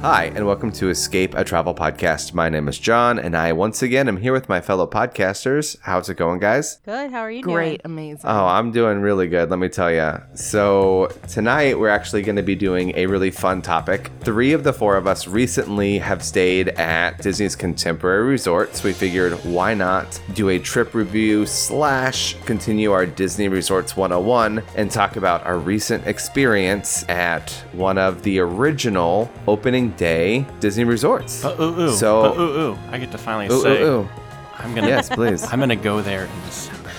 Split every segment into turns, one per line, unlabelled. Hi, and welcome to Escape, a travel podcast. My name is John, and I once again am here with my fellow podcasters. How's it going, guys?
Good. How are you
Great, amazing.
Oh, I'm doing really good, let me tell you. So, tonight we're actually going to be doing a really fun topic. Three of the four of us recently have stayed at Disney's Contemporary Resorts. We figured why not do a trip review slash continue our Disney Resorts 101 and talk about our recent experience at one of the original opening day Disney resorts.
Uh, ooh, ooh.
So-
Uh, ooh, ooh. I get to finally
Ooh,
say,
ooh, ooh.
I'm gonna,
Yes, please.
I'm gonna go there in December.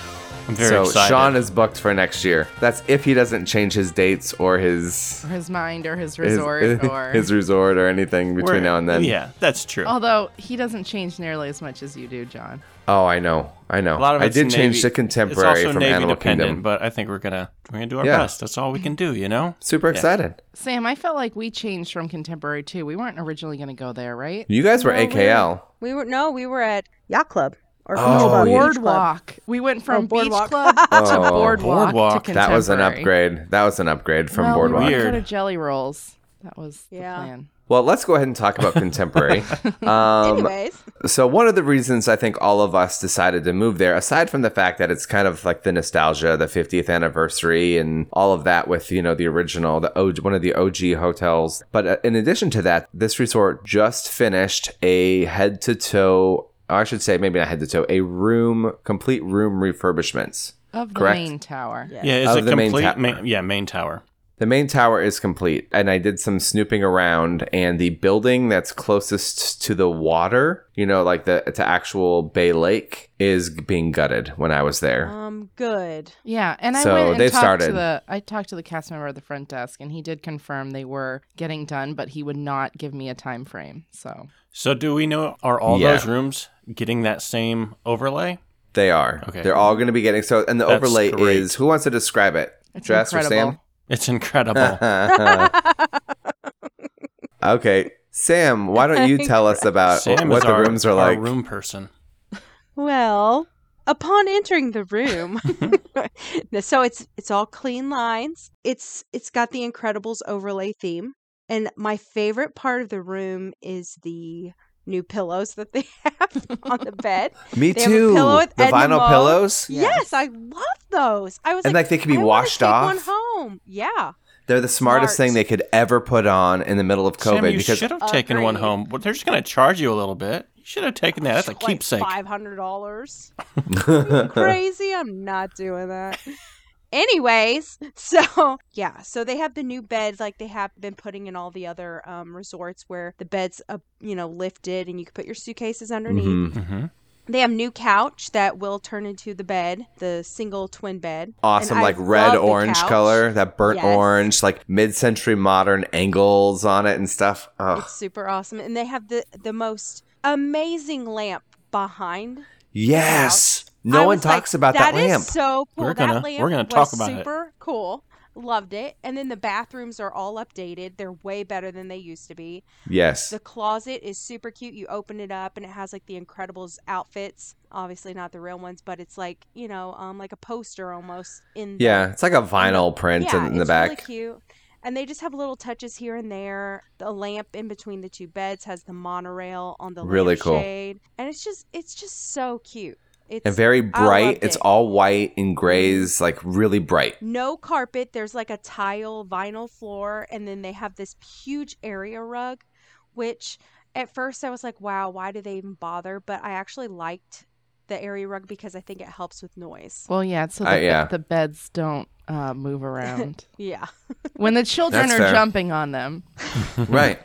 I'm very
so
excited.
Sean is booked for next year. That's if he doesn't change his dates or his
or his mind or his
his-
resort or
his resort or anything between
We're-
now and then.
Yeah, that's true.
although he doesn't change nearly as much as you do, John.
Oh, I know. I know.
a lot of
I
it's
did change
Navy-
to contemporary
it's also
from
Navy
Animal
dependent,
Kingdom.
but I think we're gonna we're gonna do our
Yeah.
best. That's all we can do, you know.
Super excited.
Sam, I felt like we changed from contemporary too. We weren't originally going to go there, right?
You guys were
No, we-
AKL.
We were no, we were at yacht club or
Oh,
Beach Club,
yeah.
Beach Club.
Boardwalk. We went from beach
boardwalk.
club to
Oh.
boardwalk,
Boardwalk.
to
That was an
Contemporary.
upgrade. That was an upgrade from
well,
Boardwalk.
We were gonna go
Weird.
to Jelly Rolls. That was
Yeah.
the plan.
Well, let's go ahead and talk about contemporary. um,
Anyways,
so one of the reasons I think all of us decided to move there, aside from the fact that it's kind of like the nostalgia, the 50th anniversary, and all of that with you know the original, the OG, one of the OG hotels. But uh, in addition to that, this resort just finished a head to toe. I should say maybe not head to toe, a room complete room refurbishments.
Of the
Correct.
main tower.
Yeah.
Yeah, it's
Of
a
the main
complete
tower.
main, yeah main tower.
The main tower is complete, and I did some snooping around, and the building that's closest to the water, you know, like the to actual Bay Lake, is being gutted. When I was there,
um, good.
Yeah, and I
So
went and
they've
talked to
started.
the I talked to the cast member at the front desk, and he did confirm they were getting done, but he would not give me a time frame. So
So do we know are all
Yeah.
those rooms getting that same overlay?
they are.
Okay.
They're all going to be getting so, and the
That's
overlay
great.
is who wants to describe it?
it's
Jess
incredible.
It's incredible.
or
Oh.
Sam? okay, Sam, why don't you tell us about
Sam
Uh, what
is
the
our,
rooms are
our
like?
room person.
Well, upon entering the room, so it's it's all clean lines. It's it's got the Incredibles overlay theme, and my favorite part of the room is the new pillows that they have on the bed.
Me
They have a
too.
pillow with
the vinyl
Edna Mode.
pillows,
Yes, I love those. I was
and
like,
like they can be
I wanna
washed
take
off.
One home, yeah.
They're the smartest
Smart.
thing they could ever put on in the middle of COVID
Sam, you
because
should have taken one
Agreed.
home. Well, they're just gonna charge you a little bit. You should have taken that. That's a keepsake.
Five hundred dollars. Crazy. I'm not doing that. Anyways, so yeah, so they have the new beds like they have been putting in all the other um, resorts where the beds, uh, you know, lifted and you can put your suitcases underneath.
Mhm.
Mm-hmm.
They have new couch that will turn into the bed, the single twin bed.
awesome
And I
like red
love the
orange
couch.
color that burnt
Yes.
orange like mid-century modern angles on it and stuff Ugh.
It's super awesome, and they have the the most amazing lamp behind
yes
I
no one
was like,
talks about that,
is
lamp
so cool.
We're
that
gonna-
lamp
we're gonna
was
talk about it.
super cool. Loved it. And then the bathrooms are all updated. They're way better than they used to be.
yes
The closet is super cute. You open it up and it has like the Incredibles outfits. Obviously not the real ones, but it's like you know, um, like a poster almost in. the-
yeah it's like a vinyl print
yeah,
in, in the
it's
back
Really cute. And they just have little touches here and there. The lamp in between the two beds has the monorail on the
Really cool.
lampshade. and it's just it's just so cute. It's
and very bright
loved
it's
it. Mm-hmm.
all white and grays like really bright
no carpet. There's like a tile vinyl floor, and then they have this huge area rug, which at first I was like, wow, why do they even bother? But I actually liked the area rug because I think it helps with noise.
Well, yeah, so
Uh,
the,
yeah.
the beds don't uh, move around
Yeah.
when the children
That's
are
fair.
jumping on them.
right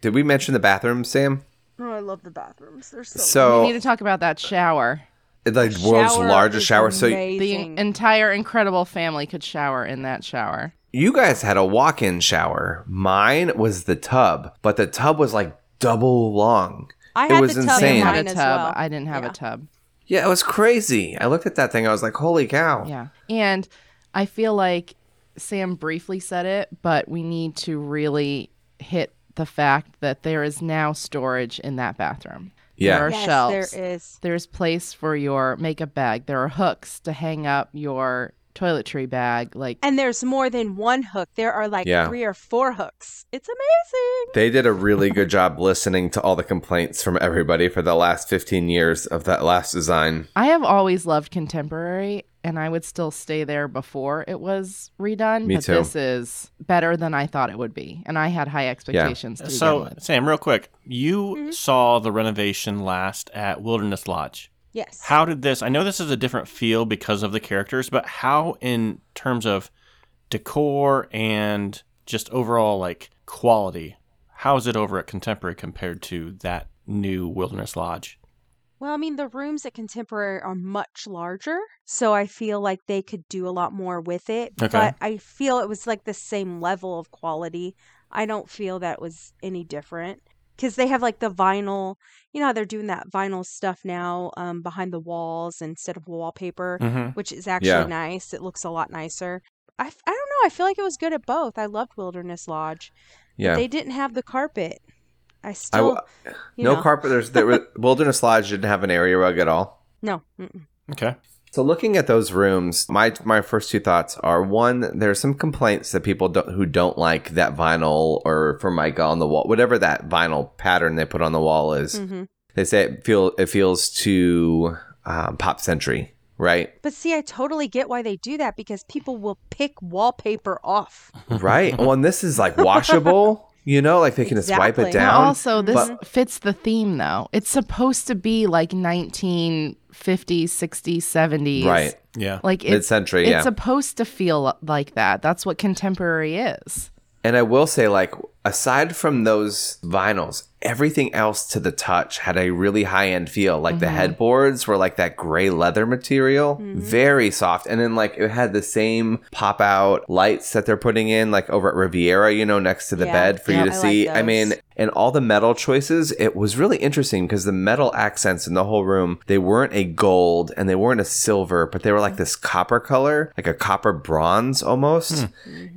did we mention the bathroom sam
Oh, I love the bathrooms. They're
we
so
need to talk about that shower.
the world's largest shower so
The entire incredible family could shower in that shower.
You guys had a walk in shower. Mine was the tub, but the tub was like double long.
I
It
had
was
the tub
insane.
in
I
Same.
had
mine
a
as
tub.
well.
I didn't have
Yeah.
a tub.
Yeah, it was crazy. I looked at that thing. I was like, holy cow.
Yeah. And I feel like Sam briefly said it, but we need to really hit the fact that there is now storage in that bathroom.
Yeah.
There are
yes,
shelves.
there is.
There's place for your makeup bag. There are hooks to hang up your toiletry bag. Like,
And there's more than one hook. There are like
Yeah.
three or four hooks. It's amazing.
They did a really good job listening to all the complaints from everybody for the last 15 years of that last design.
I have always loved contemporary, and I would still stay there before it was redone.
Me
but
too.
this is better than I thought it would be, and I had high expectations. To begin
So,
with. Mm-hmm.
Sam, real quick, you
Mhm.
saw the renovation last at Wilderness Lodge.
Yes.
How did this? I know this is a different feel because of the characters, but how, in terms of decor and just overall like quality, how is it over at Contemporary compared to that new Wilderness Lodge?
Well, I mean, the rooms at Contemporary are much larger, so I feel like they could do a lot more with it.
Okay.
But I feel it was like the same level of quality. I don't feel that was any different because they have like the vinyl. You know how they're doing that vinyl stuff now um, behind the walls instead of wallpaper,
Mm-hmm.
which is actually
Yeah.
nice. It looks a lot nicer. I, f- I don't know. I feel like it was good at both. I loved Wilderness Lodge.
Yeah.
They didn't have the carpet. I
I w- uh,
still you
no
know.
carpet. There's there were, Wilderness Lodge didn't have an area rug at all.
no. Mm-mm.
Okay.
So looking at those rooms, my my first two thoughts are one, there's some complaints that people don't, who don't like that vinyl or formica on the wall, whatever that vinyl pattern they put on the wall is.
hmm
They say it feel it feels too um, pop century, right?
But see, I totally get why they do that because people will pick wallpaper off.
Right. well, and this is like washable, you know, like they can just wipe it
Exactly.
Now,
down.
also, this
but-
fits the theme though. It's supposed to be like 1950s, 60s, 70s.
Right.
Yeah.
Like
Mid
it's
century,
it's
yeah.
supposed to feel like that. That's what contemporary is.
And I will say, like, aside from those vinyls, everything else to the touch had a really high end feel. Like
Mm-hmm.
the headboards were like that gray leather material, very soft. And then, like, it had the same pop out lights that they're putting in, like over at Riviera, you know, next to the
Yeah.
bed for
Yeah.
you to
I like
see. I
those.
mean, and all the metal choices, it was really interesting because the metal accents in the whole room, they weren't a gold and they weren't a silver, but they were
Mm-hmm.
like this copper color, like a copper bronze almost.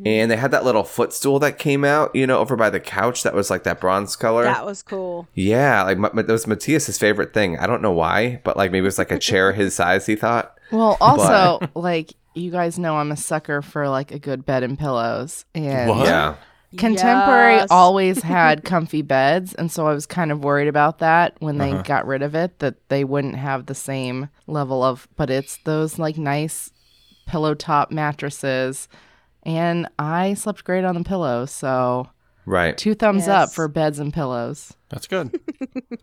And they had that little footstool that came out, you know, over by the couch that was like that bronze color.
That was cool.
yeah, like Ma- Ma- that was Matthias' favorite thing. I don't know why, but like maybe it was like a chair his size, he thought.
Well, also, like you guys know, I'm a sucker for like a good bed and pillows, and
What?
Yeah.
Contemporary
Yes.
always had comfy beds, and so I was kind of worried about that when they
Uh-huh.
got rid of it that they wouldn't have the same level of but it's those like nice pillow top mattresses and I slept great on the pillow, so
Right.
two thumbs up
Yes.
for beds and pillows.
That's good.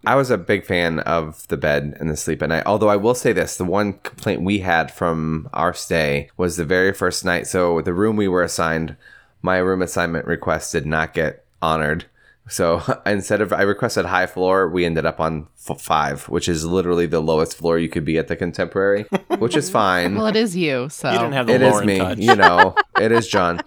I was a big fan of the bed and the sleep at night. Although I will say this, the one complaint we had from our stay was the very first night. So the room we were assigned, my room assignment request did not get honored. So instead of I requested high floor, we ended up on f- five, which is literally the lowest floor you could be at the contemporary, which is fine.
Well, it is you, so
You didn't have the
It is
Lauren
me,
touch.
you know. It is John.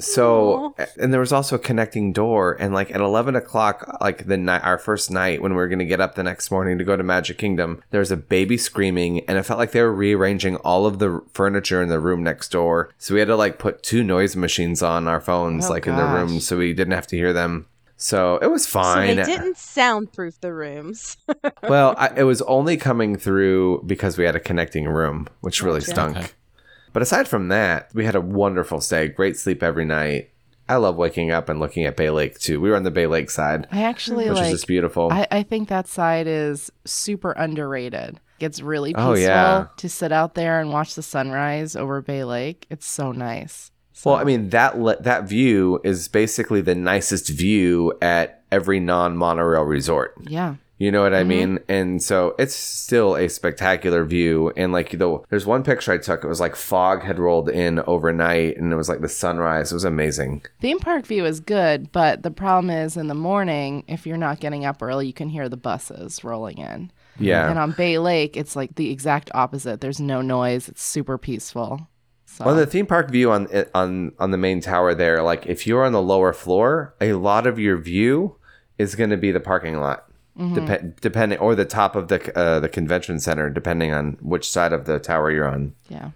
So, and there was also a connecting door, and like at eleven o'clock, like the night, our first night when we were gonna get up the next morning to go to Magic Kingdom, there was a baby screaming, and it felt like they were rearranging all of the furniture in the room next door. So we had to like put two noise machines on our phones,
Oh,
like in the
gosh.
room, so we didn't have to hear them. So it was
So
fine.
they didn't soundproof the rooms.
well, I, it was only coming through because we had a connecting room, which really stunk.
Okay.
But aside from that, we had a wonderful stay, great sleep every night. I love waking up and looking at Bay Lake too. We were on the Bay Lake side,
I actually
which
like
is just beautiful.
I, I think that side is super underrated. It's really peaceful
Oh, yeah.
to sit out there and watch the sunrise over Bay Lake. It's so nice. So,
well, I mean that le- that view is basically the nicest view at every non-monorail resort.
yeah.
You know what I
Mhm.
mean? And so it's still a spectacular view. And like the there's one picture I took. It was like fog had rolled in overnight, and it was like the sunrise. It was amazing.
Theme park view is good, but the problem is in the morning, if you're not getting up early, you can hear the buses rolling in.
Yeah.
And on Bay Lake, it's like the exact opposite. There's no noise, it's super peaceful. So,
Well, the theme park view on on on the main tower there, like if you're on the lower floor, a lot of your view is going to be the parking lot,
Mm-hmm.
Dep- depending or the top of the uh, the convention center, depending on which side of the tower you're on.
Yeah.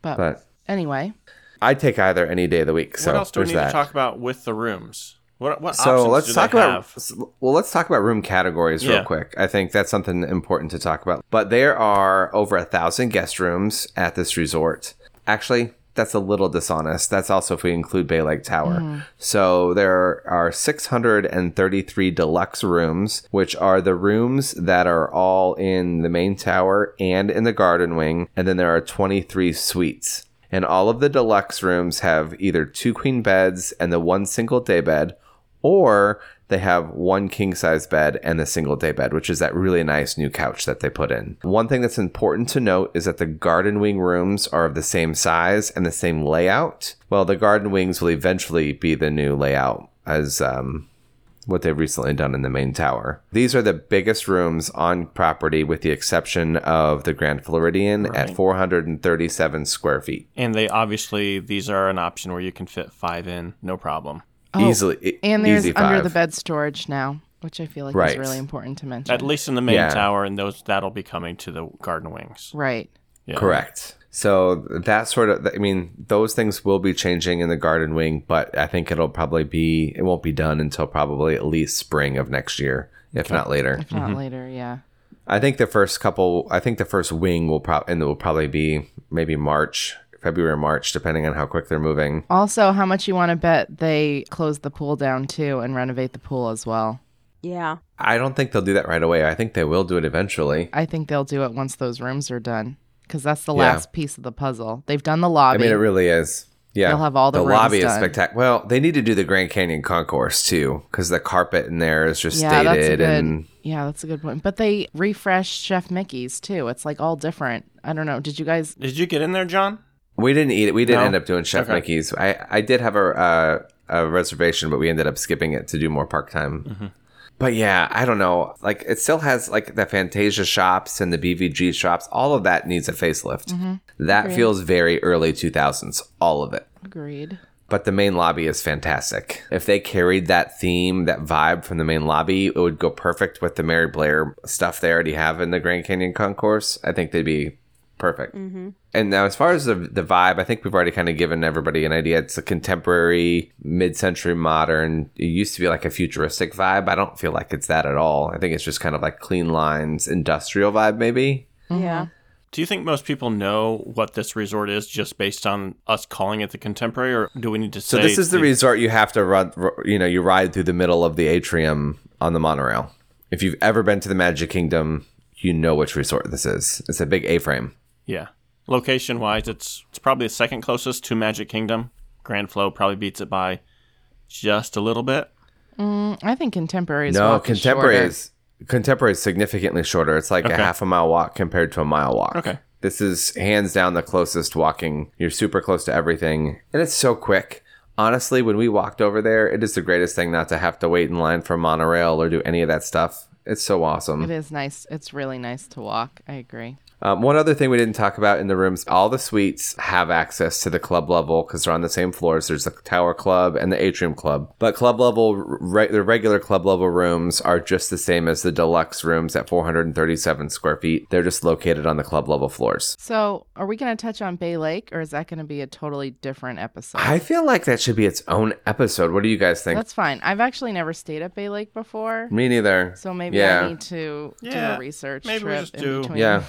But,
But
anyway,
I take either any day of the week. So
what else do we
there's
need
that.
to talk about with the rooms? What what
so
options
let's
do
talk
they
about
have?
well let's talk about room categories real
Yeah.
quick i think that's something important to talk about but there are over a thousand guest rooms at this resort actually that's a little dishonest that's also if we include bay lake tower so there are 633 deluxe rooms which are the rooms that are all in the main tower and in the garden wing and then there are 23 suites and all of the deluxe rooms have either two queen beds and the one single day bed or they have one king size bed and the single day bed, which is that really nice new couch that they put in. One thing that's important to note is that the garden wing rooms are of the same size and the same layout. Well, the garden wings will eventually be the new layout as um, what they've recently done in the main tower. These are the biggest rooms on property, with the exception of the Grand Floridian at 437 square feet.
And they obviously these are an option where you can fit five in, no problem.
easily, e-
Oh, and there's
easy
under
five.
the bed storage now, which I feel like
Right.
is really important to mention.
At least in the main
Yeah.
tower, and those that'll be coming to the garden wings.
right.
Yeah.
Correct. So that sort of, I mean, those things will be changing in the garden wing, but I think it'll probably be, it won't be done until probably at least spring of next year, if not later.
If not later, yeah.
I think the first couple, I think the first wing will probably, and it will probably be maybe March, February, or March, depending on how quick they're moving.
Also, how much you want to bet they close the pool down too and renovate the pool as well.
Yeah.
I don't think they'll do that right away. I think they will do it eventually.
I think they'll do it once those rooms are done because that's the
Yeah.
last piece of the puzzle. They've done the lobby.
I mean, it really is. Yeah,
They'll have all the
the
rooms
lobby is
done.
spectacular. Well, they need to do the Grand Canyon concourse too, because the carpet in there is just
yeah, that's a
dated
good.
and
Yeah, that's a good point. But they refreshed Chef Mickey's too. It's like all different. I don't know. Did you guys?
Did you get in there, John?
We didn't eat it. We didn't
No?
end up doing Chef
Okay.
Mickey's. I, I did have a, uh, a reservation, but we ended up skipping it to do more park time.
Mm-hmm.
But yeah, I don't know. Like it still has like the Fantasia shops and the BVG shops. All of that needs a facelift.
Mm-hmm.
That feels very early 2000s, all of it.
Agreed.
But the main lobby is fantastic. If they carried that theme, that vibe from the main lobby, it would go perfect with the Mary Blair stuff they already have in the Grand Canyon Concourse. I think they'd be perfect. And now, as far as the, the vibe, I think we've already kind of given everybody an idea. It's a contemporary, mid century modern. It used to be like a futuristic vibe. I don't feel like it's that at all. I think it's just kind of like clean lines, industrial vibe, maybe.
Mm-hmm.
Yeah.
Do you think most people know what this resort is just based on us calling it the contemporary, or do we need to
So,
say?
this is the
the-
resort you have to run, r- you know, you ride through the middle of the atrium on the monorail. If you've ever been to the Magic Kingdom, you know which resort this is. It's a big A frame.
Yeah. Location wise, it's it's probably the second closest to Magic Kingdom. Grand Flow probably beats it by just a little bit.
I think contemporary. is
No,
walk is
contemporary
shorter.
is contemporary is significantly shorter. It's like a half a mile walk compared to a mile walk.
Okay.
This is hands down the closest walking. You're super close to everything, and it's so quick. Honestly, when we walked over there, it is the greatest thing not to have to wait in line for monorail or do any of that stuff. It's so awesome.
It is nice. It's really nice to walk. I agree.
Um, one other thing we didn't talk about in the rooms, all the suites have access to the club level because they're on the same floors. There's the Tower Club and the Atrium Club. But club level, re- the regular club level rooms are just the same as the deluxe rooms at 437 square feet. They're just located on the club level floors.
So, are we going to touch on Bay Lake, or is that going to be a totally different episode?
I feel like that should be its own episode. What do you guys think?
That's fine. I've actually never stayed at Bay Lake before,
Me neither.
so maybe
Yeah.
I need to do
Yeah,
a research
maybe we
trip
just
in
do-
between.
Yeah.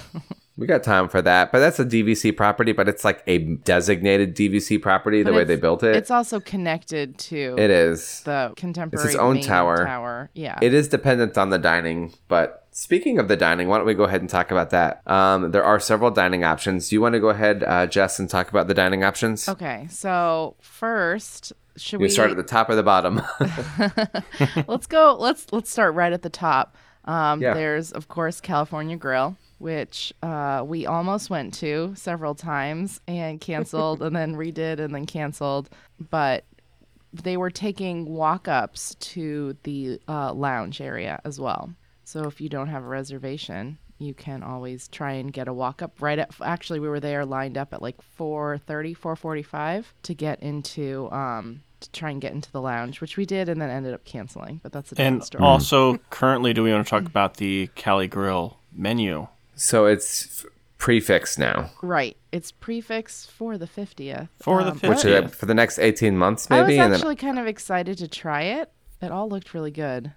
We got time for that, but that's a DVC property, but it's like a designated DVC property the
But
way they
it's-
built it.
It's also connected to
it is.
the contemporary
own
main
tower.
tower. Yeah.
It is dependent on the dining, but speaking of the dining, why don't we go ahead and talk about that? Um, there are several dining options. Do you want to go ahead, uh, Jess, and talk about the dining options?
okay. So, first, should
We
we
start at the top or the bottom.
let's go let's let's start right at the top um,
Yeah.
there's of course california grill which uh, we almost went to several times and canceled and then redid and then canceled but they were taking walk-ups to the uh, lounge area as well so if you don't have a reservation you can always try and get a walk up right at actually we were there lined up at like 4.30 4.45 to get into um, to try and get into the lounge, which we did, and then ended up canceling. But that's a different
And
story.
also, currently, do we want to talk about the Cali Grill menu?
So it's f- prefixed now,
Right. It's prefix for the 50th.
For the
Um,
which
Oh,
uh,
yeah.
for the next eighteen months
I was
maybe, and then
actually kind of excited to try it. It all looked really good.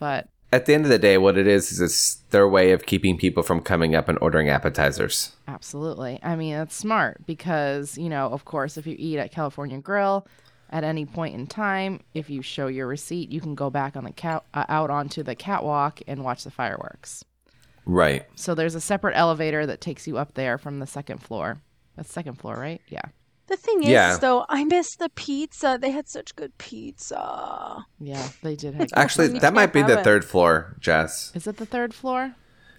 But
at the end of the day, what it is is it's their way of keeping people from coming up and ordering appetizers.
absolutely. I mean, it's smart because, you know, of course, if you eat at California Grill at any point in time, if you show your receipt, you can go back on the cat uh, out onto the catwalk and watch the fireworks.
Right.
So there's a separate elevator that takes you up there from the second floor. That's second floor, right? Yeah.
The thing is,
Yeah.
though, I miss the pizza. They had such good pizza.
Yeah, they did have.
Actually,
You
that might
can't
be
have
the
it.
third floor, Jess.
Is it the third floor?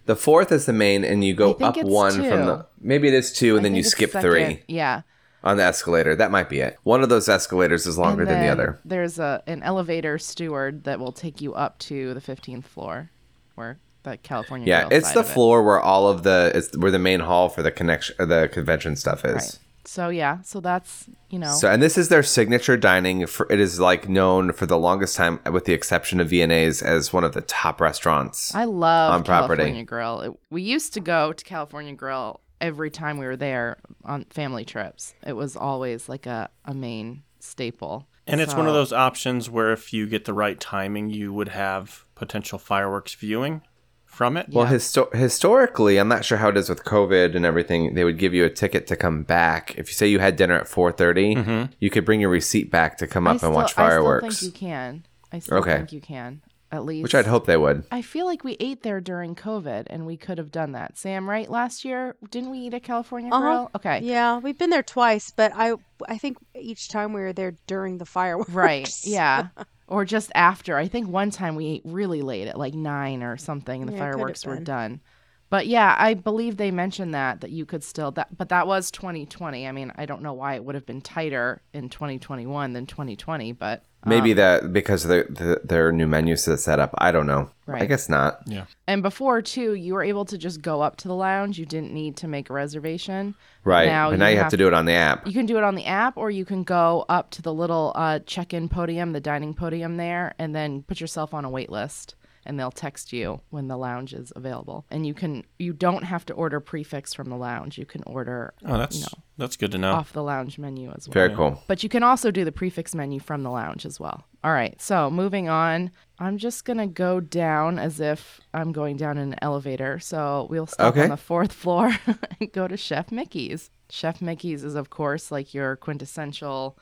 The fourth is the main, and you go
I think
up
it's
one
two.
from the. Maybe it is two, and
I
then you
think it's
skip
second.
three
Yeah.
on the escalator. That might be it. One of those escalators is longer
And
than the
then
other.
There's a an elevator steward that will take you up to the 15th floor, where the California.
Yeah,
Grill
it's
side
the
of it.
floor where all of the it's where the main hall for the connection or the convention stuff is.
Right. So yeah, so that's you know
So, and this is their signature dining. For, it is like known for the longest time, with the exception of Viennese, as one of the top restaurants.
I love
on property.
California Grill. It- we used to go to California Grill every time we were there on family trips. It was always like a a main staple.
And it's one of
So-
those options where if you get the right timing, you would have potential fireworks viewing from it.
well,
yeah.
histo- historically, I'm not sure how it is with COVID and everything. They would give you a ticket to come back. If you say you had dinner at 4:30, you could bring your receipt back to come
I
up
still-
and watch
I
fireworks,
still think you can. I still
Okay.
think you can. At least
which I'd hope they would.
I feel like we ate there during COVID and we could have done that. Sam, right? Last year, didn't we eat at California
Uh-huh.
Grill? Okay.
Yeah, we've been there twice, but I I think each time we were there during the fireworks.
Right. Yeah. or just after. I think one time we ate really late at like nine or something and the
Yeah, it could have
fireworks were
been.
done. But yeah, I believe they mentioned that that you could still that but that was 2020. I mean, I don't know why it would have been tighter in 2021 than 2020, but um,
Maybe that because of the, the, their new menu set set up. I don't know. I
Right.
guess not.
Yeah.
And before too, you were able to just go up to the lounge. You didn't need to make a reservation.
Right. but now you have, to do it on the app.
You can do it on the app, or you can go up to the little uh, check-in podium, the dining podium there, and then put yourself on a wait list, and they'll text you when the lounge is available. And you can you don't have to order prefix from the lounge. You can order
Oh, that's that's good to know.
off the lounge menu as well.
Very cool.
But you can also do the prefix menu from the lounge as well. All right, so moving on, I'm just gonna go down as if I'm going down in an elevator. So we'll stop
Okay.
on the fourth floor and go to Chef Mickey's. Chef Mickey's is, of course, like your quintessential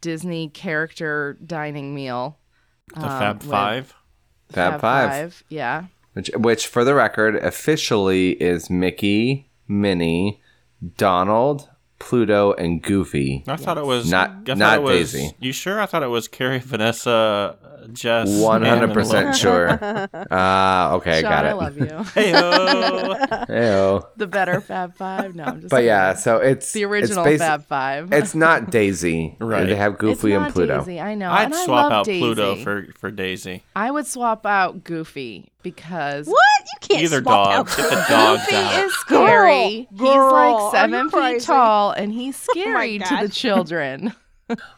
Disney character dining meal.
the Fab
with-
Five.
Fab Five.
yeah.
Which, which, for the record, officially is Mickey, Minnie, Donald, Pluto, and Goofy.
I thought it was
Not-
I thought
not
it was,
Daisy.
You sure? I thought it was Carrie, Vanessa, Jess.
One
Anne,
hundred
and
percent
Lois.
sure. Ah, okay,
Sean,
got
I
it.
love you.
Heyo.
Ayo.
the better Fab Five. No, I'm just.
But
kidding.
yeah, so it's
the original
It's, basi-
Fab Five.
it's not Daisy.
Right.
They have
It's
Goofy
not
and Pluto.
Daisy, I know.
I'd
and I
swap
love
out
Daisy.
Pluto for for Daisy.
I would swap out Goofy because
What? You can't
Either
swap
dog.
out
Get the dogs
Goofy
out.
is scary. He's
Girl, girl, are you
like seven feet
crazy? Oh
tall and he's scary to the
God.
children.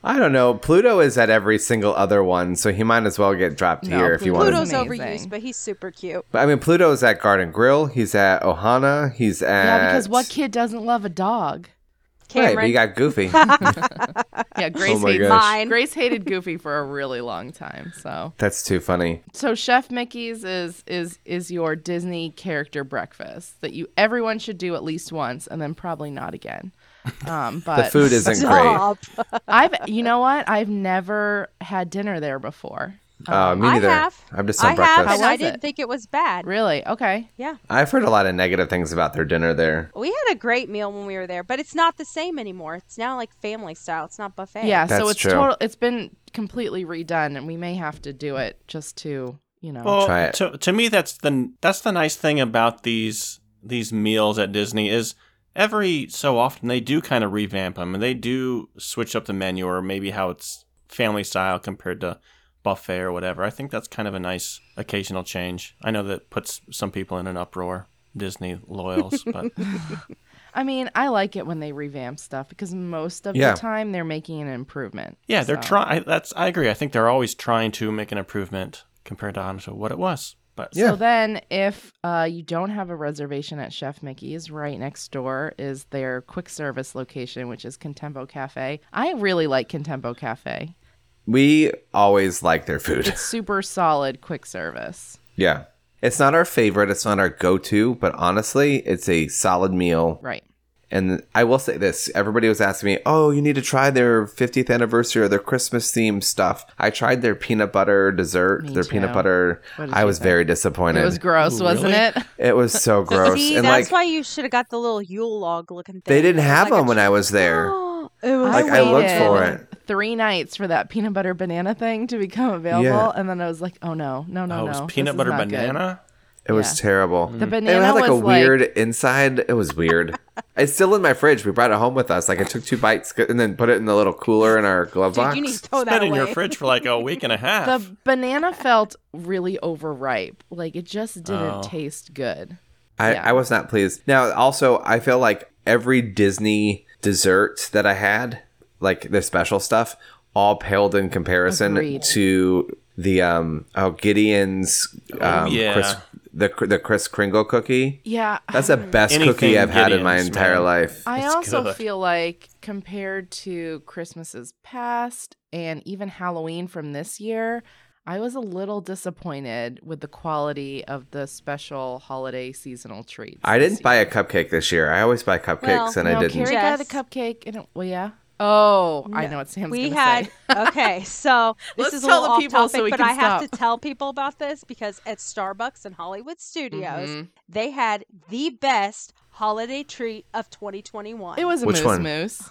I don't know. Pluto is at every single other one, so he might as well get dropped
No,
here if you want.
Pluto's
to
Pluto's
amazing.
overused, but he's super cute.
But I mean, Pluto's at Garden Grill. He's at Ohana. He's at
yeah, because what kid doesn't love a dog?
Right,
Cameron,
but you got Goofy.
Yeah, Grace
Oh my
hates
gosh.
Mine.
Grace hated Goofy for a really long time. So
That's too funny.
so Chef Mickey's is is is your Disney character breakfast that you everyone should do at least once and then probably not again. Um, but
The food isn't great.
Stop.
I've you know what? I've never had dinner there before.
Uh, me
I
neither.
have.
I'm just
I
on
have,
breakfast.
and
How
I
was
didn't
it?
think it was bad.
Really? Okay.
Yeah,
I've heard a lot of negative things about their dinner there.
we had a great meal when we were there, but it's not the same anymore. It's now like family style. It's not buffet.
Yeah,
That's
so it's
true.
total it's been completely redone and we may have to do it just to, you know.
Well,
Try it.
To, to me, that's the that's the nice thing about these these meals at Disney is every so often they do kind of revamp them and they do switch up the menu or maybe how it's family style compared to buffet or whatever. I think that's kind of a nice occasional change. I know that puts some people in an uproar, Disney loyals, but
I mean, I like it when they revamp stuff because most of
Yeah.
the time they're making an improvement.
Yeah, they're
So,
trying. That's I agree. I think they're always trying to make an improvement compared to honestly what it was. But
Yeah.
So then, if uh, you don't have a reservation at Chef Mickey's, right next door is their quick service location, which is Contempo Cafe. I really like Contempo Cafe.
We always like their food.
It's super solid quick service.
yeah. It's not our favorite, it's not our go to, but honestly, it's a solid meal.
Right.
And I will say this everybody was asking me, oh, you need to try their 50th anniversary or their Christmas themed stuff. I tried their peanut butter dessert,
Me
their peanut
too.
butter.
What did
I
you
was
think?
very disappointed.
It was gross,
Ooh,
wasn't
really?
it?
It was so gross.
See,
and
that's
like,
why you should have got the little Yule log looking thing.
they didn't
It was
have
like a
them when I
tr-
was there.
Oh, it was
Like, I looked
waited
for it.
Three nights for that peanut butter banana thing to become available,
Yeah.
and then I was like, "Oh no, no, no,
oh, it
no!"
was
this
peanut
is
butter
not good.
banana.
It was terrible.
The
Hmm. It
banana
had like
was
a weird inside. It was weird. it's still in my fridge. We brought it home with us. Like I took two bites and then put it in the little cooler in our glove
Dude,
box.
you need to throw
It's
that
been
away.
in your fridge for like a week and a half.
the banana felt really overripe. Like it just didn't
Oh.
taste good.
I,
Yeah.
I was not pleased. Now, also, I feel like every Disney dessert that I had, like their special stuff, all paled in comparison
Agreed.
to the um oh Gideon's um,
yeah.
Kris- the the Kris Kringle cookie.
Yeah.
That's the best
Anything
cookie I've had in my
Gideon's,
entire
man.
life.
I
It's
also
good.
feel like compared to Christmases past and even Halloween from this year, I was a little disappointed with the quality of the special holiday seasonal treats.
I
this
didn't buy a cupcake this year. I always buy cupcakes,
Well,
and I
no,
didn't.
Carrie got a
Jess.
cupcake, and it, well, yeah. Oh, I
No.
know what Sam's
we
gonna
had
say.
okay so this
Let's
is a
tell the
little off
people so
topic
we
but
can
i have
stop.
to tell people about this because at starbucks and hollywood studios
Mhm.
they had the best holiday treat of 2021
It was a
Which
moose
one?
moose.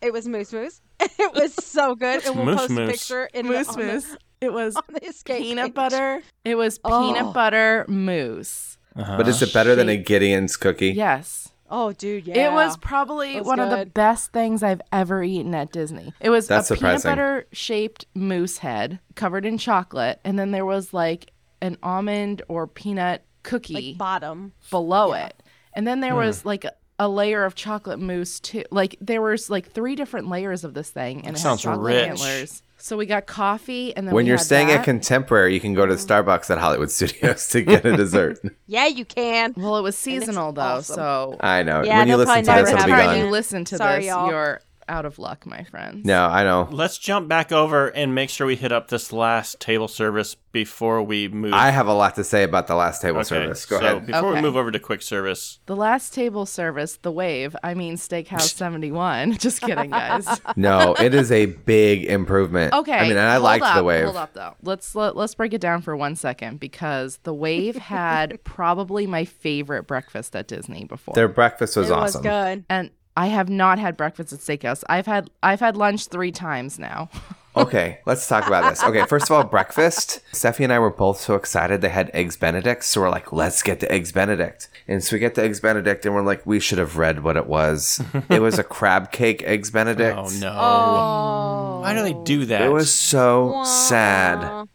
it was moose moose it was so good and we'll
Moose
post
Moose?
a picture in the-
Moose
on the,
moose. It was
on the escape
peanut
page.
butter. It was
Oh.
peanut butter mousse.
Uh-huh.
But is it better than a Gideon's cookie?
Yes.
oh dude yeah
It was probably
was
one of the
good.
best things I've ever eaten at Disney. It was
That's
a peanut
surprising.
butter shaped moose head covered in chocolate, and then there was like an almond or peanut cookie
like bottom
below it. And then
Hmm.
there was like a, a layer of chocolate mousse too. Like there was like three different layers of this thing, and it had
sounds
chocolate
rich.
antlers. So we got coffee, and then
When
we
you're
had
staying at
that.
Contemporary, you can go to Starbucks at Hollywood Studios to get a dessert.
yeah you can
well, it was seasonal though,
awesome.
so
I know.
Yeah,
when you
they'll
listen to
probably
this,
never
it'll be
have
time
gone.
it.
you listen to
Sorry,
this,
y'all.
you're out of luck, my friends.
No, I know.
Let's jump back over and make sure we hit up this last table service before we move.
I have a lot to say about the last table
Okay,
service. Go
so
ahead.
Before we
Okay.
move over to quick service,
The last table service, the wave, I mean Steakhouse 71. Just kidding, guys.
No, it is a big improvement.
Okay.
I mean, and I
hold
liked
up,
the wave.
Hold up though. Let's let, let's break it down for 1 second because the wave had probably my favorite breakfast at Disney before.
Their breakfast was
it
awesome.
was good
and I have not had breakfast at Steakhouse. I've had I've had lunch 3 times now.
Okay, let's talk about this. Okay, first of all, breakfast. Steffi and I were both so excited they had eggs Benedict, so we're like, let's get the eggs Benedict. And so we get the eggs Benedict, and we're like, we should have read what it was. it was a crab cake eggs Benedict.
oh no,
oh
why do they do that?
It was so sad.
Wah.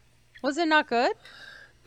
was it not good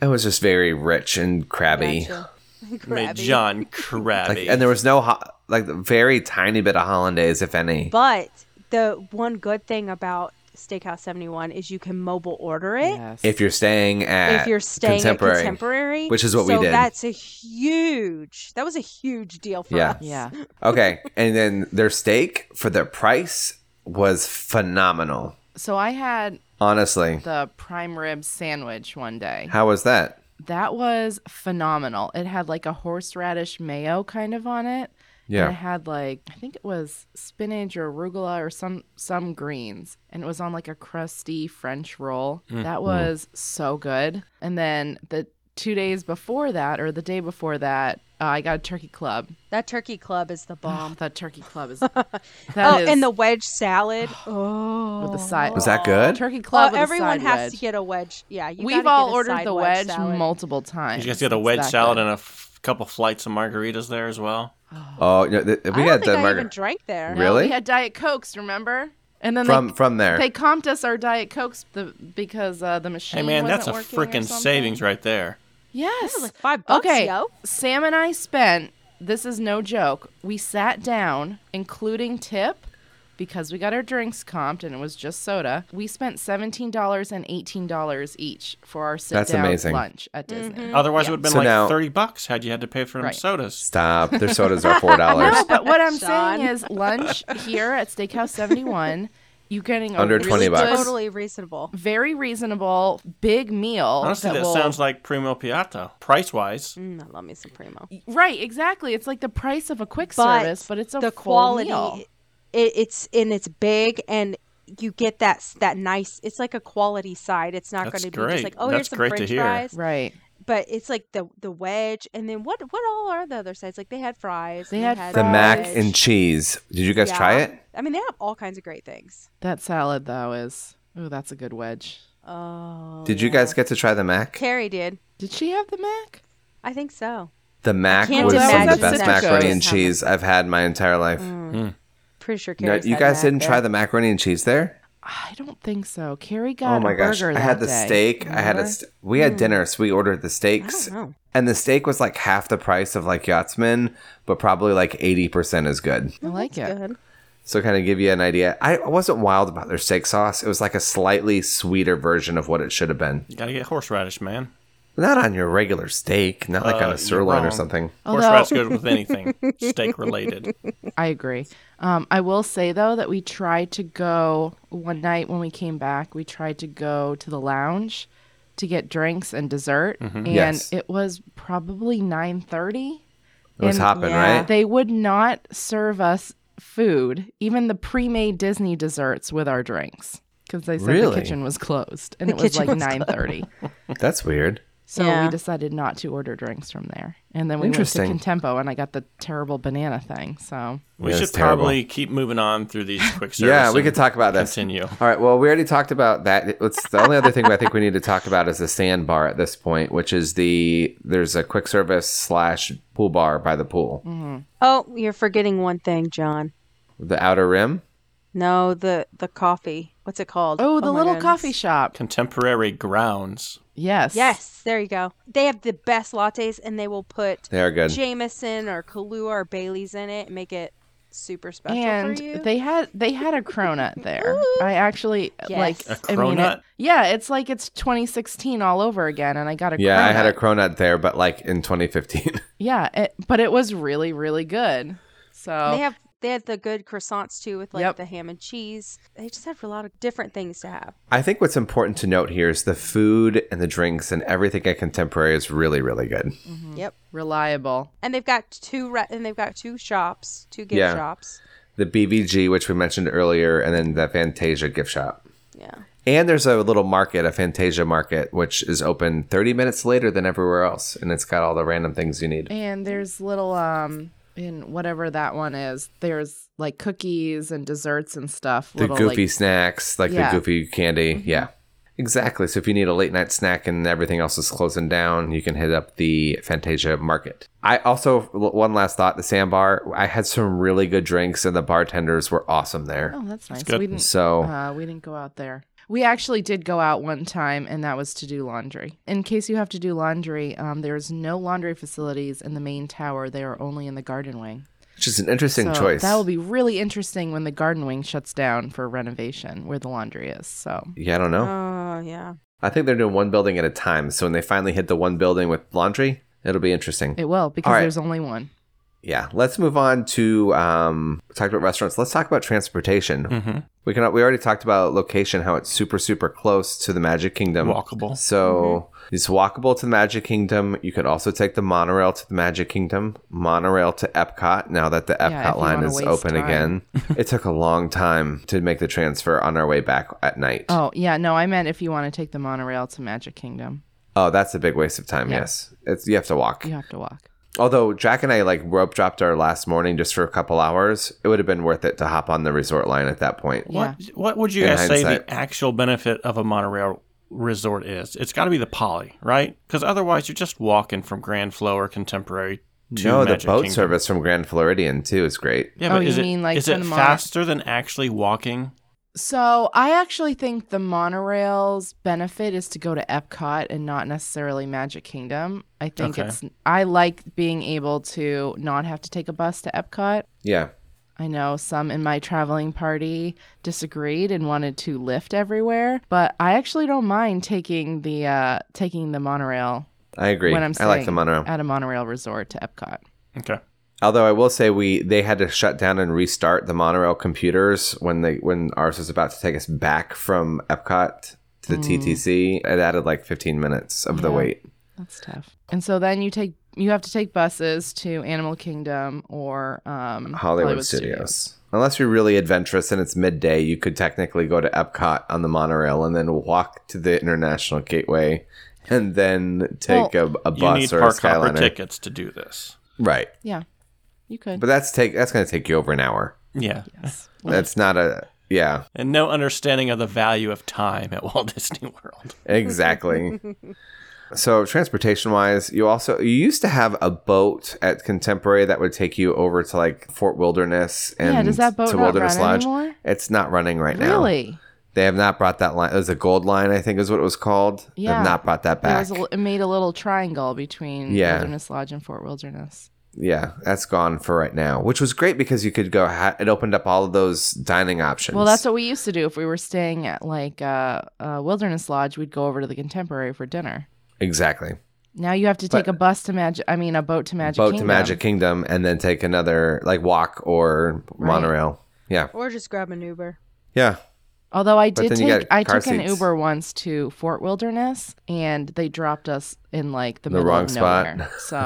It was just very rich and crabby.
Gotcha.
made
Grabby.
John crabby.
Like, and there was no ho- like very tiny bit of hollandaise, if any.
But the one good thing about Steakhouse 71 is you can mobile order it
Yes.
if you're staying at
if you're staying
contemporary,
at Contemporary,
which is what we
so
did.
That's a huge. That was a huge deal for
Yeah.
us.
yeah.
okay, and then their steak for their price was phenomenal.
So I had
Honestly,
the prime rib sandwich one day.
how was that?
That was phenomenal. It had like a horseradish mayo kind of on it.
Yeah.
And it had like I think it was spinach or arugula or some some greens, and it was on like a crusty French roll.
Mm,
That was so good. And then the two days before that, or the day before that, uh, I got a turkey club.
That turkey club is the bomb.
That turkey club is that
oh,
is
and the wedge salad. Oh,
with the side
Was that good?
turkey club.
Oh,
with a
everyone
side
has
wedge.
to get a wedge. Yeah, you gotta
We've
get
all
a
ordered
side
the wedge
wedge, salad.
multiple times.
you guys got a
It's
wedge
that
salad
good.
and a f- couple flights of margaritas there as well.
Oh, no, th- we
I don't
got
think
the
I even
margar-
drank there.
Really?
We had Diet Cokes, remember? And then
from
they,
from there.
they comped us our Diet Cokes the, because uh, the machine.
Hey man,
wasn't
that's a
working or
freaking
something.
savings right there.
Yes.
Like five bucks,
okay.
yo.
Sam and I spent this is no joke. We sat down, including tip, because we got our drinks comped and it was just soda. We spent seventeen dollars and eighteen dollars each for our sit
That's
down
amazing. Oh,
lunch at Disney.
Mm-hmm.
Otherwise, it would have been
So
like
now-
30 bucks had you had to pay for them
Mm-hmm. Right.
sodas.
Stop. Their sodas are four dollars.
No, but what I'm saying
Sean.
is lunch here at Steakhouse 71, you're getting a
Under
really
20 bucks.
good,
Totally reasonable.
very reasonable big meal.
Honestly, that
will-
sounds like primo piatto, price wise.
Mm, I love me some primo.
right. Exactly. It's like the price of a quick service, but it's a
the
full
quality.
meal.
It, it's and it's big, and you get that s- that nice. It's like a quality side. It's not
That's
going to be just
great.
like oh,
That's
here's some
great to
French
hear.
fries,
Right.
but it's like the the wedge, and then what what all are the other sides? Like they had fries.
They
and
had
the mac
wedge.
and cheese. Did you guys
Yeah.
try it?
I mean, they have all kinds of great things.
That salad though is ooh, that's a good wedge.
Oh,
Did you
yeah.
guys get to try the mac?
Carrie did.
Did she have the mac?
I think so.
The mac
can't
was some of the
imagine
best
that
macaroni
goes.
and cheese I've had my entire life.
Pretty sure
No,
Carrie.
you guys didn't try the macaroni and cheese there?
I don't think so. Carrie got
Oh my
a
gosh!
burger
I had
that
the
day.
steak. I had a.
remember?
St- we had dinner, so we ordered the steaks,
know.
and the steak was like half the price of like Yachtsman, but probably like eighty percent as good.
I like it.
Good.
So kind of give you an idea. I I wasn't wild about their steak sauce. It was like a slightly sweeter version of what it should have been.
Mm.
You got to get horseradish, man.
Not on your regular steak, not like
Uh,
on
you're
a sirloin or
wrong.
something.
Although-
Horseradish goes with anything steak related.
I agree. Um, I will say though that we tried to go one night when we came back. We tried to go to the lounge to get drinks and dessert, and
Mm-hmm. Yes.
it was probably nine thirty.
It was
And-
hopping,
yeah.
right?
They would not serve us food, even the pre-made Disney desserts, with our drinks because they said
Really?
the kitchen was closed, and
The
it was
kitchen
like
was
nine thirty.
That's weird.
So
Yeah.
we decided not to order drinks from there, and then we went to
Interesting.
Contempo, and I got the terrible banana thing. So
We
Yeah,
should
it's terrible.
probably keep moving on through these quick service.
Yeah, we
and
could talk about this.
continue.
All right. Well, we already talked about that. It's the only other thing I think we need to talk about is the sandbar at this point, which is the there's a quick service slash pool bar by the pool,
Oh, you're forgetting one thing, John.
the outer rim.
No, the the coffee. What's it called?
Oh, the
my
little
goodness.
coffee shop.
Contemporary grounds.
Yes.
Yes, there you go. They have the best lattes, and they will put
They are good.
Jameson or Kahlua or Bailey's in it and make it super special
And
for you.
they had they had a cronut there. I actually like
Yes.
A
I mean, it-
cronut?
yeah, it's like it's 2016 all over again, and I got a
Yeah,
cronut.
I had a cronut there, but like in 2015.
yeah, it, but it was really really good. So
Oh.
They have they have the good croissants too with like
Yep.
the ham and cheese. They just have a lot of different things to have.
I think what's important to note here is the food and the drinks and everything at Contemporary is really, really good.
Mm.
Yep.
reliable.
And they've got two re- and they've got two shops, two gift
Yeah.
shops.
The BVG, which we mentioned earlier, and then the Fantasia gift shop.
Yeah.
And there's a little market, a Fantasia market, which is open 30 minutes later than everywhere else, and it's got all the random things you need.
And there's little um in whatever that one is. There's like cookies and desserts and stuff.
The
little,
goofy
like,
snacks, like
Yeah. Mm-hmm.
the goofy candy. Yeah. Exactly. So if you need a late night snack and everything else is closing down, you can hit up the Fantasia Market. I also, l- one last thought the sandbar, I had some really good drinks, and the bartenders were awesome there.
oh, that's nice.
good.
We didn't
So
Uh, we didn't go out there. We actually did go out one time, and that was to do laundry. In case you have to do laundry, um, there's no laundry facilities in the main tower. They are only in the garden wing.
which is an interesting
So
choice.
That will be really interesting when the garden wing shuts down for renovation, where the laundry is. So
yeah, I don't
Uh,
know.
Oh yeah.
I think they're doing one building at a time. So when they finally hit the one building with laundry, it'll be interesting.
it will because
All right.
there's only one.
yeah, let's move on to um, talk about restaurants. Let's talk about transportation. We can we already talked about location, how it's super super close to the Magic Kingdom,
Walkable.
So it's walkable to the Magic Kingdom. You could also take the monorail to the Magic Kingdom, monorail to Epcot. Now that the Epcot
if you
line
wanna
is
waste
open
time.
again, it took a long time to make the transfer on our way back at night.
Oh yeah, no, I meant if you want to take the monorail to Magic Kingdom,
Oh, that's a big waste of time.
Yeah.
Yes, it's you have to walk.
you have to walk.
Although Jack and I like rope dropped our last morning just for a couple hours, it would have been worth it to hop on the resort line at that point.
Yeah.
What what would you
In
guys say
hindsight.
the actual benefit of a monorail resort is? It's got to be the poly, right? Because otherwise, you're just walking from Grand Flow or Contemporary to
no,
Magic
the boat
Kingdom.
service from Grand Floridian too is great.
Yeah,
Oh,
but
you
is it,
mean, like,
is
from
it
the mono-
faster than actually walking
So I actually think the monorail's benefit is to go to Epcot and not necessarily Magic Kingdom. I think
Okay.
it's I like being able to not have to take a bus to Epcot.
Yeah.
I know some in my traveling party disagreed and wanted to lift everywhere, but I actually don't mind taking the uh, taking the monorail
I agree.
when I'm
I like the
staying
monorail.
at a monorail resort to Epcot.
Okay.
Although I will say we they had to shut down and restart the monorail computers when they when ours was about to take us back from Epcot to the TTC. It added like 15 minutes of the
Mm. Yeah.
wait.
That's tough. And so then you take you have to take buses to Animal Kingdom or um,
Hollywood, Studios. Unless you're really adventurous and it's midday, you could technically go to Epcot on the monorail and then walk to the International Gateway and then take a, a
You need
bus or a
park hopper
Skyliner.
tickets to do this.
Right.
Yeah, you could.
But that's take that's going to take you over an hour.
Yeah.
yes.
That's not a yeah,
And no understanding of the value of time at Walt Disney World.
exactly. so transportation wise, you also you used to have a boat at Contemporary that would take you over to like Fort Wilderness and
yeah. Does that boat
to
not
Wilderness
run
Lodge.
anymore?
It's not running right now.
Really?
They have not brought that line. It was a gold line, I think, is what it was called.
Yeah.
They've not brought that
There
back.
was a, it made a little triangle between
Yeah.
Wilderness Lodge and Fort Wilderness.
yeah, that's gone for right now, which was great because you could go. Ha- it opened up all of those dining options.
Well, that's what we used to do if we were staying at like uh, uh, Wilderness Lodge. We'd go over to the Contemporary for dinner.
exactly.
Now you have to take
But-
a bus to Magic. I mean, a boat to Magic.
Boat
Kingdom.
to Magic Kingdom and then take another like walk or
Right.
monorail. Yeah,
Or just grab an Uber.
yeah.
Although I
But
did
then you
take
got
I
car
took an
seats.
Uber once to Fort Wilderness and they dropped us in like the,
The
middle
wrong
of
spot.
nowhere. So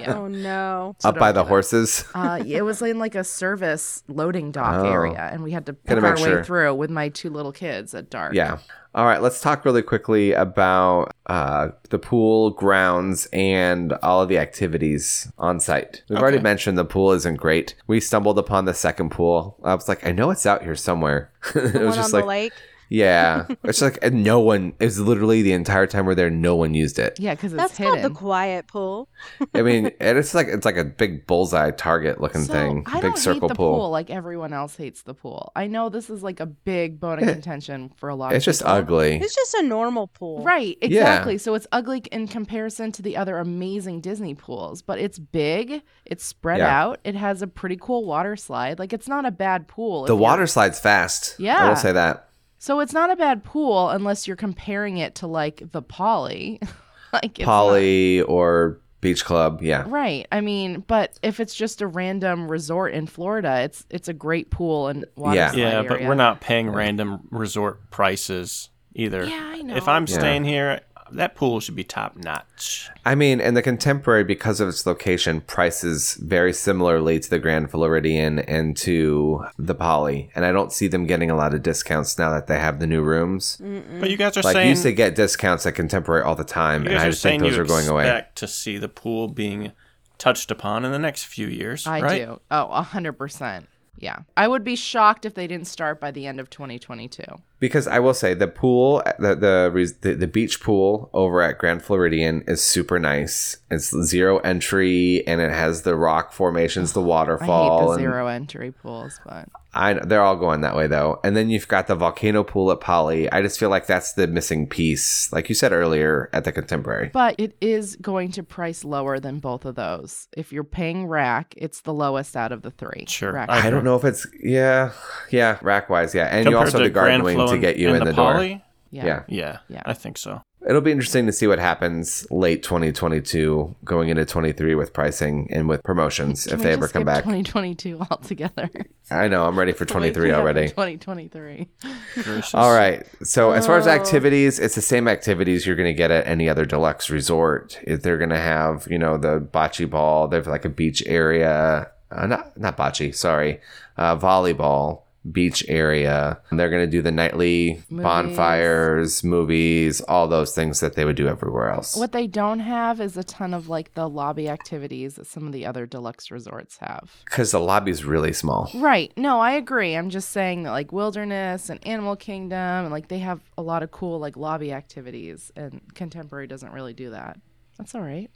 yeah.
Oh no.
So
Up by
don't
the
do that.
horses.
Uh, it was in like a service loading dock
Oh.
area, and we had to pick
Gotta
our
make
way
sure.
through with my two little kids at dark.
Yeah. All right. Let's talk really quickly about uh, the pool grounds and all of the activities on site. We've already
Okay.
mentioned the pool isn't great. We stumbled upon the second pool. I was like, I know it's out here somewhere. it
The
was
one
just
on
like,
the lake.
yeah. It's like and no one. It was literally the entire time we're there. No one used it.
yeah, because it's
That's
hidden.
called the quiet pool.
I mean, and it's like it's like a big bullseye target looking
So,
thing.
I
big
don't
circle
hate the pool. like everyone else hates the pool. I know this is like a big bone of
Yeah.
contention for a lot.
It's
of
just
people.
ugly.
It's just a normal pool.
Right,
Yeah.
exactly. So it's ugly in comparison to the other amazing Disney pools, but it's big, it's spread
Yeah.
out, it has a pretty cool water slide. Like it's not a bad pool. if
The
you're-
water slides fast. I
Yeah.
will say that.
So it's not a bad pool unless you're comparing it to like the Poly. like it's not-
Poly or beach club. Yeah.
Right. I mean, but if it's just a random resort in Florida, it's it's a great pool and water
Yeah.
slide
Yeah, but
area.
we're not paying random resort prices either.
Yeah, I know.
If I'm
Yeah.
staying here, that pool should be top notch.
I mean, and the contemporary, because of its location, prices very similarly to the Grand Floridian and to the Poly. And I don't see them getting a lot of discounts now that they have the new rooms.
But you guys are
Like, you
Mm, saying
used to get discounts at contemporary all the time,
you
and
guys
I
are
just think
saying
those
you
are going away.
expect to see the pool being touched upon in the next few years,
I
right?
do. Oh, a hundred percent. Yeah. I would be shocked if they didn't start by the end of twenty twenty two.
Because I will say the pool, the the, res- the the beach pool over at Grand Floridian is super nice. It's zero entry, and it has the rock formations, the
I
waterfall,
hate the
and-
zero entry pools, but
I know, they're all going that way though. And then you've got the volcano pool at Poly. I just feel like that's the missing piece, like you said earlier at the contemporary.
but it is going to price lower than both of those. If you're paying rack, it's the lowest out of the three.
Sure.
Rack.
I don't know if it's yeah, yeah, rack wise, yeah. And you
Compared
also have
to
the garden
Grand
wing
Flow
to
and-
get you
and
in the, door.
Poly?
yeah.
Yeah.
Yeah,
Yeah.
I think so.
it'll be interesting to see what happens late 2022, going into 23 with pricing and with promotions if they ever come back.
Twenty twenty two altogether.
I know I'm ready for 23 already.
Twenty twenty three.
Gracious.
All right. So as far as
Oh.
activities, it's the same activities you're going to get at any other deluxe resort. If They're going to have, you know, the bocce ball. They have like a beach area. Uh, not not bocce. Sorry, uh, volleyball beach area. And they're going to do the nightly
Movies.
bonfires, movies, all those things that they would do everywhere else.
What they don't have is a ton of like the lobby activities that some of the other deluxe resorts have.
Because the lobby's really small.
Right. No, I agree. I'm just saying that like wilderness and animal kingdom and like they have a lot of cool like lobby activities and contemporary doesn't really do that. That's all right.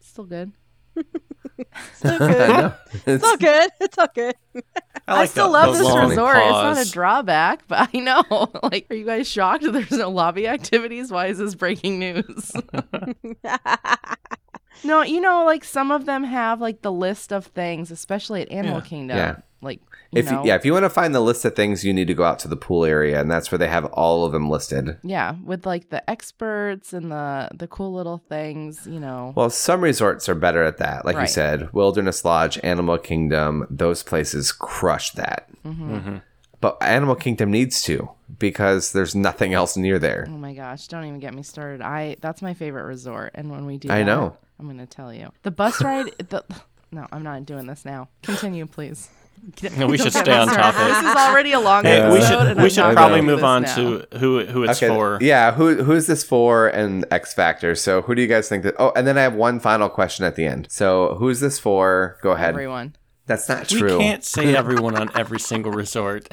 Still good.
It's not good.
I know.
It's all good. It's all good.
I,
like
still
that-
love
the
this
long
resort. It's not
pause.
a drawback, but I know. Like, are you guys shocked that there's no lobby activities? Why is this breaking news? no, you know, like some of them have like the list of things, especially at Animal
Yeah.
Kingdom.
Yeah.
Like, you
If you,
know,
yeah, if you want to find the list of things, you need to go out to the pool area, and that's where they have all of them listed.
yeah, with like the experts and the the cool little things, you know.
Well, some resorts are better at that. Like you
Right.
said, Wilderness Lodge, Animal Kingdom, those places crush that.
hmm
Mhm.
But Animal Kingdom needs to because there's nothing else near there.
Oh my gosh, don't even get me started. I that's my favorite resort and when we do
I
that,
know.
I'm going to tell you. The bus ride the No, I'm not doing this now. Continue, please.
No, we should stay on
This
topic.
is already a long
Hey, we
episode,
should
and
we
I'm
should
not
probably
gonna do
move
this
on
now.
to who who it's for.
Yeah, who who's this for and X Factor? So who do you guys think that Oh, and then I have one final question at the end. So who's this for? Go ahead.
everyone.
That's not
We
true.
can't say everyone on every single resort.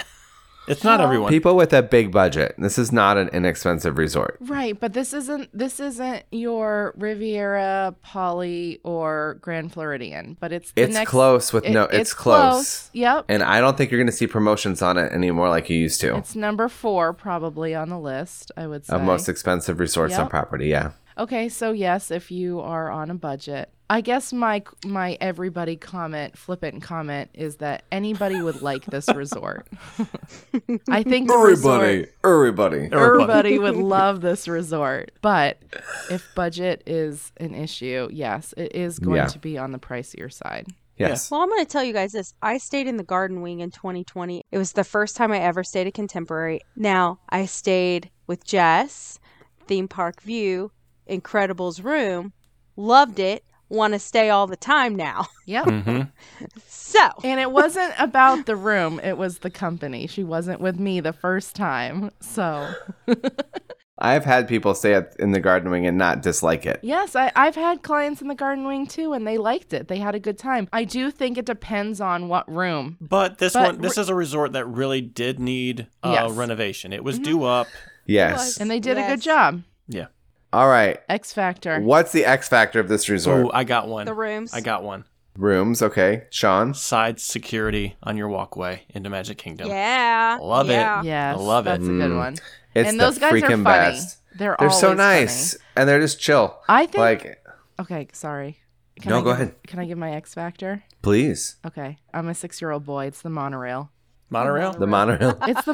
It's not everyone.
People with a big budget. This is not an inexpensive resort.
Right, but this isn't this isn't your Riviera, Polly, or Grand Floridian, but it's the
It's
next-
close with
it-
no. It's, close.
Yep.
And I don't think you're going to see promotions on it anymore like you used to.
It's number 4 probably on the list, I would say.
Of Uh, most expensive resorts on
Yep.
property. Yeah.
Okay, so yes, if you are on a budget, I guess my my everybody comment, flippant comment, is that anybody would like this resort. I think the resort-
Everybody.
everybody would love this resort, but if budget is an issue, yes, it is going
Yeah.
to be on the pricier side.
Yes.
Well, I'm going to tell you guys this. I stayed in the garden wing in 2020. It was the first time I ever stayed at Contemporary. Now, I stayed with Jess, Theme Park View, Incredibles Room. Loved it. Want to stay all the time now.
Yep.
hmm
So,
And it wasn't about the room, it was the company. She wasn't with me the first time. So,
I've had people stay at, in the garden wing and not dislike it.
Yes, I, I've had clients in the Garden Wing too, and they liked it. They had a good time. I do think it depends on what room.
But this
But
one, this is a resort that really did need uh,
Yes. Mm-hmm.
renovation. It was due up.
Yes.
And they did a good
Yes.
job.
Yeah.
All right.
X Factor.
What's the X factor of this resort?
Oh, I got one.
the rooms.
I got one.
Rooms. Okay. Sean.
Side security on your walkway into Magic Kingdom.
Yeah.
Love it.
yeah.
Yes.
I love it.
That's a good
Mm.
one.
It's
and
the
those guys are
freaking
funny.
best.
They're,
They're so
always
nice
funny.
and they're just chill.
I think.
Like,
okay, sorry.
No,
I
go
give-
ahead.
Can I give my X Factor?
please.
Okay. I'm a six year old boy. It's the monorail.
Monorail.
The monorail.
It's the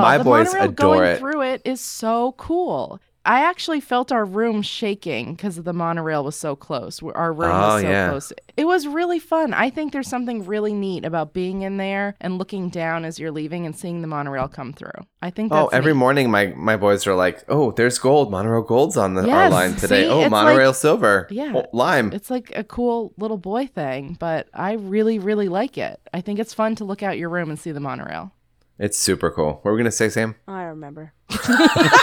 My
the
boys
monorail
adore
going
it.
through it is so cool. I actually felt our room shaking because the monorail was so close. Where Our room
Oh,
was so
yeah.
close. It was really fun. I think there's something really neat about being in there and looking down as you're leaving and seeing the monorail come through. I think that's
Oh, every
neat.
morning my my boys are like, "Oh, there's gold. Monorail gold's on the our
Yes,
line today.
see,
oh,
it's
monorail
like-
silver.
Yeah.
Oh, lime.
It's like a cool little boy thing, but I really, really like it. I think it's fun to look out your room and see the monorail.
It's super cool. What were we gonna say, Sam?
I don't remember.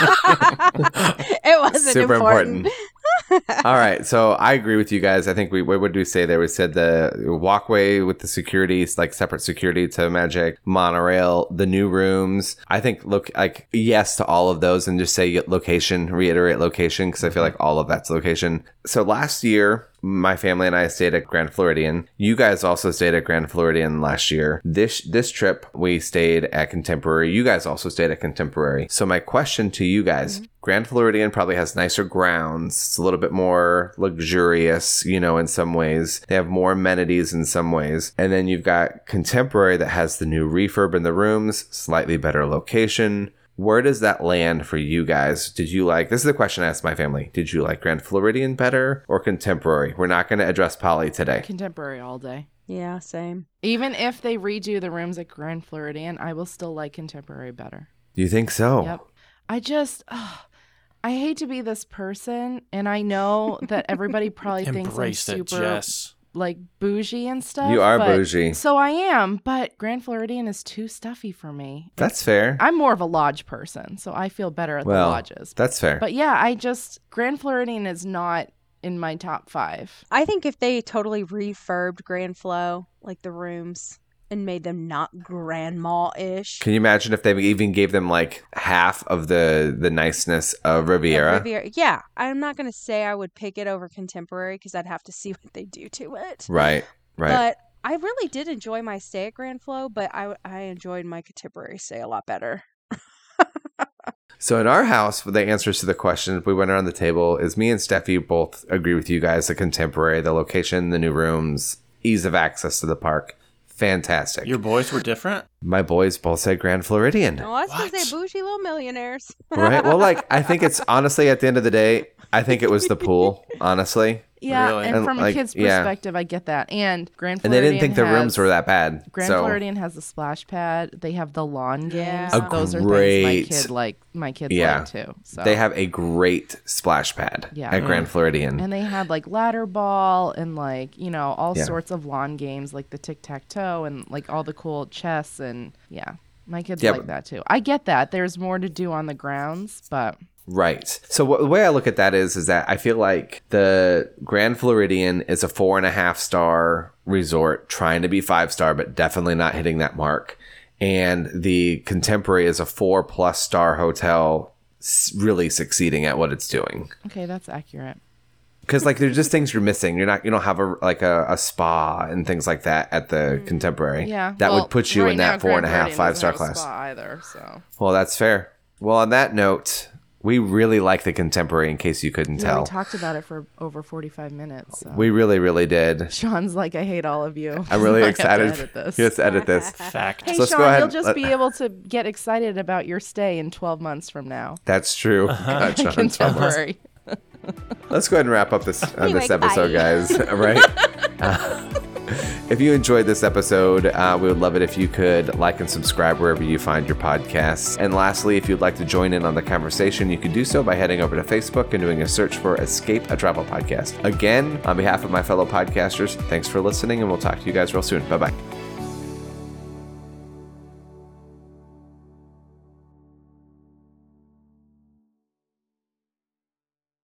it wasn't
super
important.
All right, so I agree with you guys. I think we what would we say there? We said the walkway with the security, like separate security to Magic Monorail, the new rooms. I think look like yes to all of those, and just say location, reiterate location, because I
Mm-hmm.
feel like all of that's location. So last year, my family and I stayed at Grand Floridian. You guys also stayed at Grand Floridian last year. This this trip we stayed at Contemporary. You guys also stayed at Contemporary. So my question to you guys, Grand Floridian probably has nicer grounds. It's a little bit more luxurious, you know, in some ways. They have more amenities in some ways. And then you've got Contemporary that has the new refurb in the rooms, slightly better location. Where does that land for you guys? Did you like this is the question I asked my family. Did you like Grand Floridian better or contemporary? We're not gonna address poly today.
Contemporary all day.
Yeah, same.
Even if they redo the rooms at Grand Floridian, I will still like contemporary better.
Do you think so?
Yep. I just, ugh, I hate to be this person, and I know that everybody probably thinks I'm
Embrace
super
it, Jess.
like bougie and stuff.
You are
but-
bougie.
So I am, but Grand Floridian is too stuffy for me.
That's fair.
I'm more of a lodge person, so I feel better at
Well,
the lodges.
That's fair.
But yeah, I just Grand Floridian is not in my top five.
I think if they totally refurbed Grand Flow, like the rooms, and made them not grandma ish.
Can you imagine if they even gave them like half of the the niceness of Riviera?
Yeah, I'm not going to say I would pick it over contemporary because I'd have to see what they do to it.
Right, right.
But I really did enjoy my stay at Grand Flow, but I I enjoyed my contemporary stay a lot better.
So in our house, the answers to the questions we went around the table is me and Steffi both agree with you guys. The contemporary, the location, the new rooms, ease of access to the park, fantastic.
Your boys were different?
My boys both said Grand Floridian.
No, I was gonna
What?
say bougie little millionaires.
right? Well, like I think it's honestly at the end of the day, I think it was the pool, honestly.
Yeah,
Really?
and
And,
from
like,
a kid's
yeah.
perspective, I get that. And Grand
And they didn't
Floridian
think the
has-
rooms were that bad.
Grand
so
Floridian has the splash pad. They have the lawn games.
Yeah. A
Those are things my
great-
kid like. My kids
Yeah.
like too. So
they have a great splash pad
Yeah. Mm.
at Grand Floridian.
and they had like ladder ball and like you know all
Yeah.
sorts of lawn games like the tic tac toe and like all the cool chess and yeah. My kids
Yeah,
like
but-
that too. I get that. There's more to do on the grounds, but
Right. So wh- the way I look at that is, is that I feel like the Grand Floridian is a four and a half star resort, trying to be five star, but definitely not hitting that mark. And the Contemporary is a four plus star hotel, s- really succeeding at what it's doing.
okay, that's accurate.
Because like there's just things you're missing. You're not. You don't have a like a, a spa and things like that at the Contemporary.
Mm. Yeah,
That
well,
would put you
right
in
now,
that four and a
Grand
half
Floridian
five
doesn't
star
have a
class.
spa either. So
Well, that's fair. Well, on that note, we really like the Contemporary. In case you couldn't
yeah,
tell.
we talked about it for over 45 minutes. So.
We really, really did.
Sean's like, I hate all of you.
I'm really
I have to
excited.
edit this.
He has to edit this.
Fact.
Hey,
So let's go
Sean,
ahead
you'll
and
just
let-
be able to get excited about your stay in 12 months from now.
That's true. God, Sean, it's almost-
Contemporary.
Let's go ahead and wrap up this uh,
Anyway,
this episode,
bye.
guys. All right. Uh, if you enjoyed this episode, uh, we would love it if you could like and subscribe wherever you find your podcasts. And lastly, if you'd like to join in on the conversation, you can do so by heading over to Facebook and doing a search for Escape a Travel Podcast. Again, on behalf of my fellow podcasters, thanks for listening, and we'll talk to you guys real soon. Bye bye.